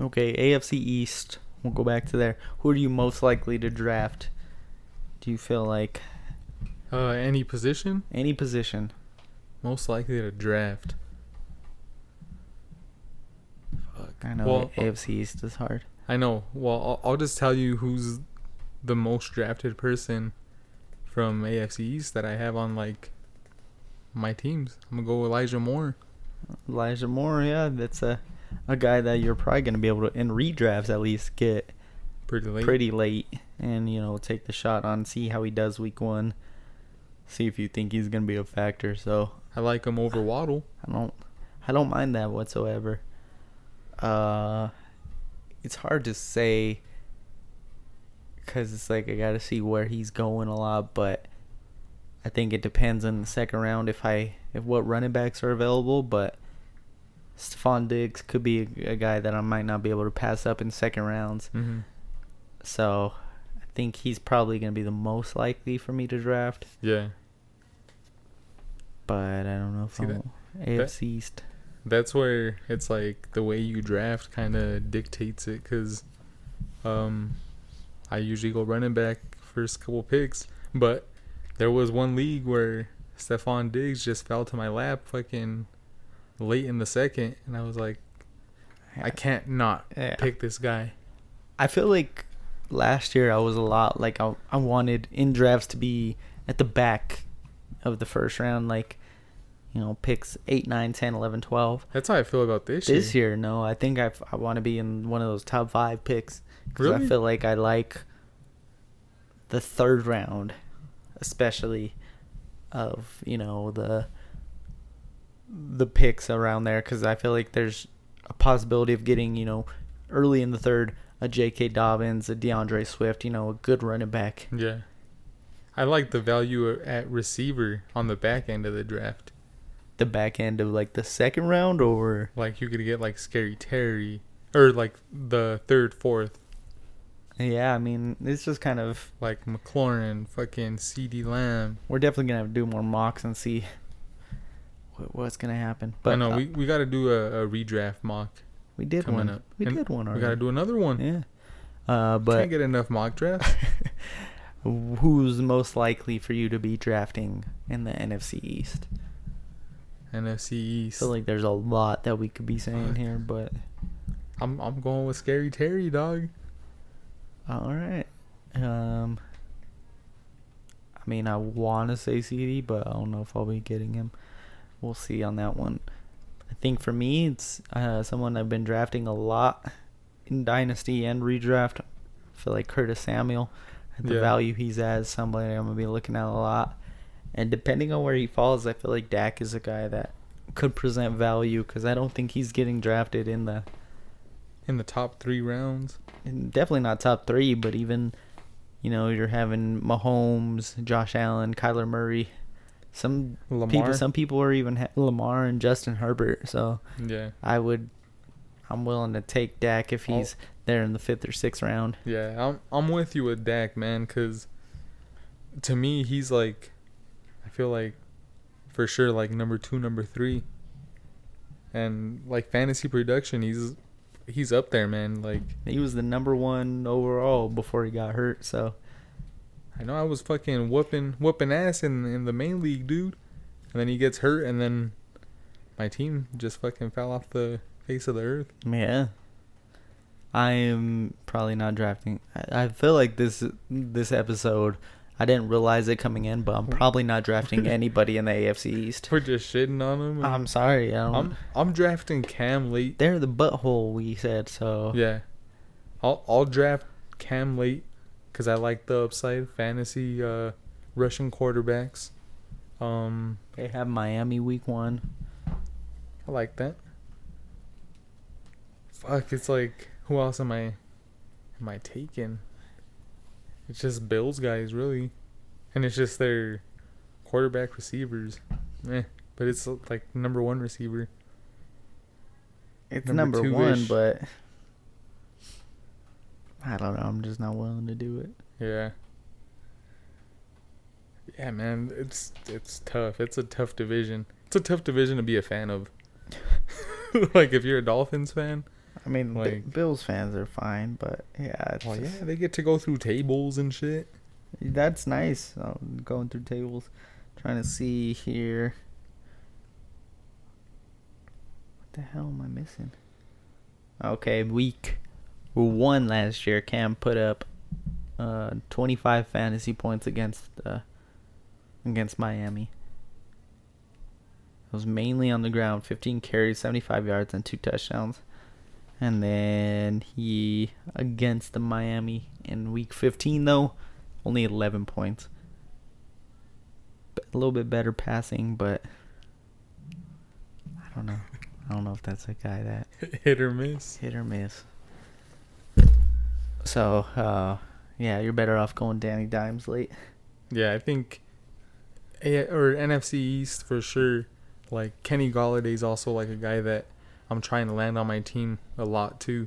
Okay, AFC East. We'll go back to there. Who are you most likely to draft? Do you feel like
Uh, any position.
any position?
Most likely to draft.
I know
Well,
the AFC East is hard.
I know. Well, I'll, I'll just tell you who's the most drafted person from AFC East that I have on like my teams. I'm gonna go Elijah Moore.
Elijah Moore, yeah, that's a a guy that you're probably going to be able to in redrafts at least get
Pretty late.
pretty late and you know take the shot on see how he does week 1. See if you think he's going to be a factor. So,
I like him over Waddle.
I don't I don't mind that whatsoever. Uh it's hard to say cuz it's like I got to see where he's going a lot, but I think it depends on the second round if I if what running backs are available, but Stephon Diggs could be a, a guy that I might not be able to pass up in second rounds.
Mm-hmm.
So I think he's probably going to be the most likely for me to draft.
Yeah,
But I don't know if
See
I'm
that-
AFC East.
that's where it's like the way you draft kind of dictates it because um, I usually go running back first couple picks, but there was one league where Stefan Diggs just fell to my lap fucking late in the second, and I was like, I can't not
Yeah.
pick this guy.
I feel like last year I was a lot like I, I wanted in drafts to be at the back of the first round, like, you know, picks 8, 9, 10, 11, 12.
That's how I feel about this.
This year, no. I think I've, I want to be in one of those top five picks because I
Really?
feel like I like the third round, especially of you know the the picks around there because I feel like there's a possibility of getting you know early in the third a J.K. Dobbins, a DeAndre Swift, you know, a good running back.
Yeah. I like the value at receiver on the back end of the draft.
The back end of like the second round or
Like you could get like Scary Terry or like the third, fourth,
yeah, I mean it's just kind of
like McLaurin, fucking CD Lamb.
we're definitely gonna have to do more mocks and see what, what's gonna happen. But
I know
uh,
we, we got to do a, a redraft mock
we did
coming
one.
up.
We
And
did one
We
already.
got to do another one.
yeah. Uh,
Can't
but
get enough mock drafts.
who's most likely for you to be drafting in the NFC East?
NFC East.
feel like there's a lot that we could be saying
Fuck.
here, but
I'm I'm going with Scary Terry, dog.
all right. Um, I mean, I want to say CD, but I don't know if I'll be getting him. We'll see on that one. I think for me, it's uh, someone I've been drafting a lot in Dynasty and redraft. I feel like Curtis Samuel, at the
Yeah.
value he's at, is somebody I'm going to be looking at a lot. And depending on where he falls, I feel like Dak is a guy that could present value because I don't think he's getting drafted in the
In the top 3 rounds.
and definitely not top three, but even you know you're having Mahomes, Josh Allen, Kyler Murray, some people.
Lamar.
Some people are even ha- Lamar and Justin Herbert. So
Yeah.
I would, I'm willing to take Dak if he's there in the fifth or sixth round.
Yeah, I'm I'm with you with Dak, man, because to me he's like, I feel like for sure like number two, number three, and like fantasy production, he's he's up there, man. Like
He was the number one overall before he got hurt. So
I know I was fucking whooping whooping ass in in the main league, dude, and then he gets hurt, and then my team just fucking fell off the face of the earth.
yeah. I am probably not drafting. I, I feel like this this episode, I didn't realize it coming in, but I'm probably not drafting anybody in the AFC East.
We're just shitting on him. and-
I'm sorry. I don't,
I'm I'm drafting Cam late
they're the butthole we said. So
Yeah, I'll I'll draft Cam late because I like the upside fantasy uh, Russian quarterbacks. Um,
they have Miami week one.
I like that. Fuck, it's like who else am I am I taking? It's just Bills guys really, and it's just their quarterback receivers. Eh, but it's like number one receiver.
It's number,
Number
one,
two-ish.
but I don't know. I'm just not willing to do it.
Yeah. Yeah, man, it's it's tough. It's a tough division. It's a tough division to be a fan of. like if you're a Dolphins fan,
I mean, Bi-
Like-
Bills fans are fine, but Oh, yeah, it's
well, yeah,
just-
they get to go through tables and shit.
that's nice. i going through tables, trying to see here. What the hell am I missing? Okay, week one last year, Cam put up uh, 25 fantasy points against uh, against Miami. It was mainly on the ground, 15 carries, 75 yards, and two touchdowns. And then he against the Miami in week 15 though, only 11 points. B- A little bit better passing, but I don't know. I don't know if that's a guy that
Hit or miss.
hit or miss. So, uh, yeah, you're better off going Danny Dimes late.
Yeah, I think A- or NFC East for sure. Like Kenny Galladay's also like a guy that I'm trying to land on my team a lot too.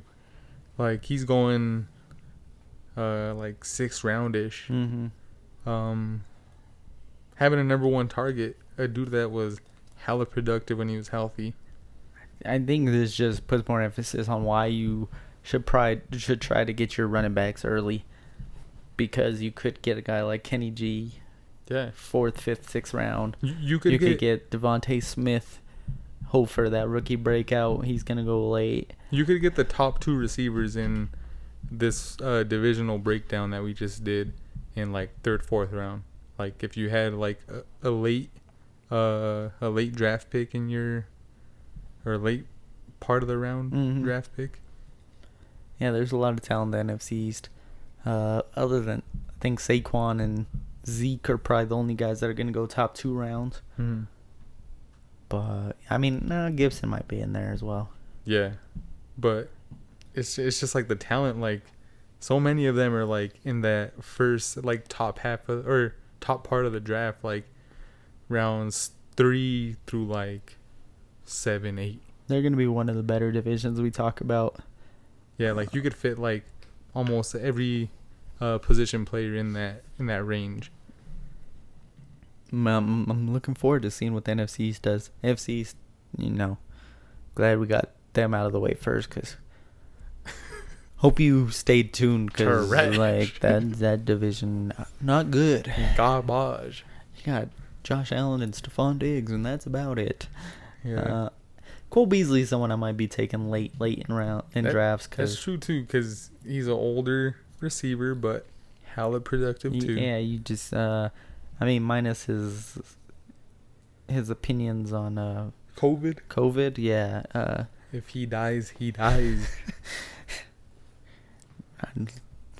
Like he's going uh like six roundish.
Mm-hmm.
Um having a number one target, a dude that was hella productive when he was healthy.
I think this just puts more emphasis on why you should try should try to get your running backs early, because you could get a guy like Kenny G,
Yeah.
fourth, fifth, sixth round.
You, you could
you
get,
could get Devonte Smith. Hope for that rookie breakout. He's gonna go late.
you could get the top two receivers in this uh, divisional breakdown that we just did in like third, fourth round. Like if you had like a, a late, uh, a late draft pick in your, or late part of the round
Mhm.
draft pick.
Yeah, there's a lot of talent in the NFC East. Uh, other than I think Saquon and Zeke are probably the only guys that are gonna go top two rounds.
Mm.
But I mean, nah, Gibson might be in there as well.
Yeah, but it's it's just like the talent. Like so many of them are like in that first like top half of, or top part of the draft, like rounds three through like seven, eight.
They're gonna be one of the better divisions we talk about.
Yeah, like you could fit like almost every uh, position player in that in that range.
I'm, I'm, I'm looking forward to seeing what the NFC East does. NFC East, you know, glad we got them out of the way first because hope you stayed tuned because
Trash.
like that that division not- not good.
Garbage.
You got Josh Allen and Stephon Diggs, and that's about it.
Yeah.
Uh, Cole Beasley is someone I might be taking late late in round in
That-
drafts
That's
because
true too, because he's an older receiver, but hella productive too.
yeah you just uh, I mean minus his his opinions on uh,
COVID.
COVID yeah. Uh,
If he dies, he dies.
and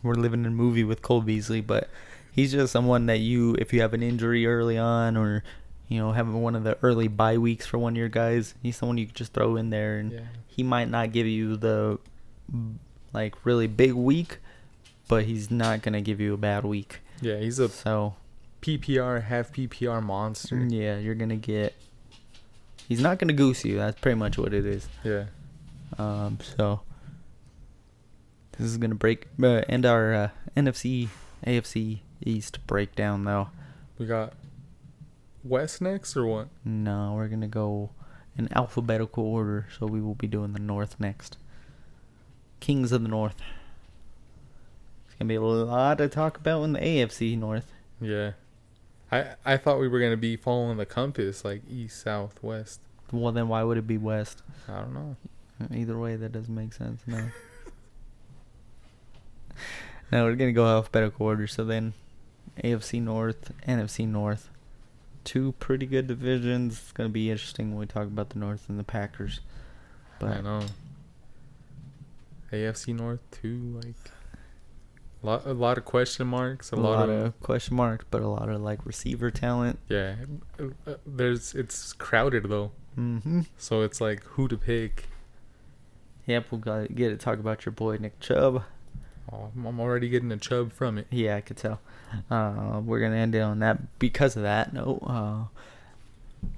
we're living in a movie with Cole Beasley, but he's just someone that you, if you have an injury early on or, you know, having one of the early bye weeks for one of your guys, he's someone you could just throw in there and
Yeah.
he might not give you the, mm, like, really big week, but he's not going to give you a bad week.
Yeah, he's a
So,
PPR, half PPR monster.
yeah, you're going to get. He's not going to goose you. That's pretty much what it is.
Yeah.
Um, so this is gonna break uh, end our uh, NFC AFC East breakdown though.
We got West next or what?
No, we're gonna go in alphabetical order, so we will be doing the North next. Kings of the North. It's gonna be a lot to talk about in the AFC North.
Yeah. I I thought we were gonna be following the compass, like east, south, west.
Well, then why would it be West?
I don't know.
Uh, Either way, that doesn't make sense. No. no, we're gonna go alphabetical order. So then, AFC North, NFC North, two pretty good divisions. It's gonna be interesting when we talk about the North and the Packers.
I
But
know. AFC North too, like lot a lot of question marks,
a
a,
lot, of, question marks, but a lot of like receiver talent.
yeah. Uh, uh, There's it's crowded though,
Mm-hmm.
so it's like who to pick.
Yep, we'll gotta get to talk about your boy Nick Chubb.
Oh, I'm- I'm already getting a chub from it.
Yeah, I could tell. Uh, we're gonna end it on that because of that. No,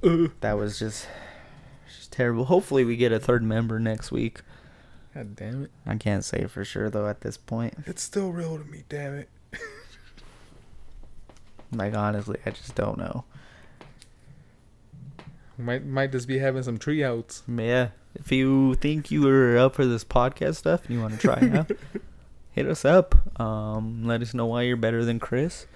uh, that was just, just terrible. Hopefully, we get a third member next week.
God damn it.
I can't say for sure though at this point.
It's still real to me, damn it.
Like honestly, I just don't know.
Might might just be having some tree outs.
Yeah, if you think you are up for this podcast stuff and you want to try it out, hit us up. Um, let us know why you're better than Chris.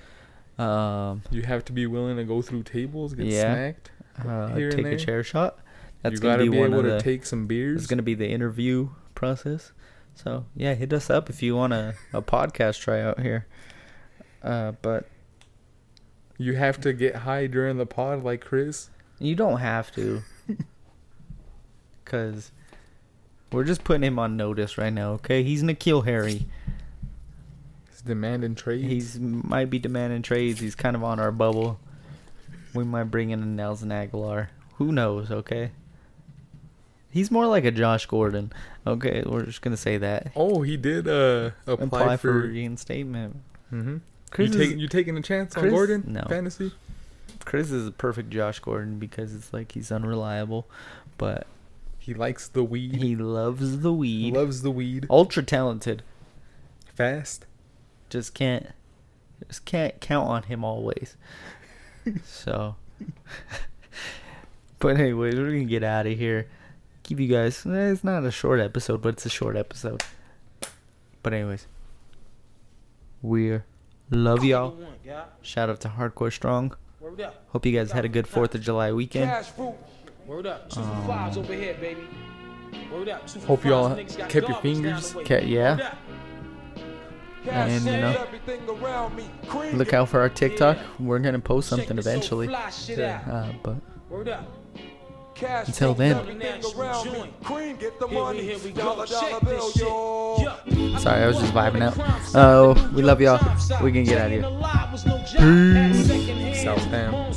Um,
You have to be willing to go through tables, get
Yeah.
smacked.
uh,
Here and
take a
there.
chair shot. That's
you
gonna
gotta
be,
be,
one
able
of
to
the.
take some beers.
It's going to be the interview process. So, yeah, hit us up if you want a, a podcast tryout here. Uh, but
you have to get high during the pod, like Chris.
you don't have to. Because we're just putting him on notice right now, okay? He's Nikhil Harry.
He's demanding trades.
He's might be demanding trades. He's kind of on our bubble. We might bring in a Nelson Aguilar. Who knows, okay? He's more like a Josh Gordon. Okay, we're just going to say that.
oh, he did uh, apply,
Apply for
for.
reinstatement.
Mhm.
Chris
you
is-
take, you taking a chance on
Chris-
Gordon?
no.
Fantasy?
Chris is a perfect Josh Gordon because it's like he's unreliable, but
He likes the weed.
He loves the
He
weed.
loves the weed.
Ultra talented.
Fast.
Just can't just can't count on him always. so But anyways, we're gonna get out of here. Keep you guys eh, it's not a short episode, but it's a short episode. But anyways. We're love y'all. Shout out to Hardcore Strong.
Word up.
Hope you guys had a good Fourth of July weekend.
Cash fruit. Word up. Two for fives over here, baby. Word up. Two for
Hope
fives.
y'all
Niggas got
kept your
garbage down
fingers
the way.
ca- yeah.
Word up.
And you know,
Everything around me. Cream.
look out for our TikTok.
Yeah.
We're gonna post
Check
something
this old
eventually.
fly shit out.
Uh, but
Word up.
Cash
Until
flows
then.
Everything around me.
Joint.
Cream. Get the
Here we,
money.
here we go.
dollar, dollar
Check this
bill,
shit.
yo.
Yeah.
Sorry, I was just vibing out.
out.
Oh, we love y'all. We can get out of here.
Peace.
Southam.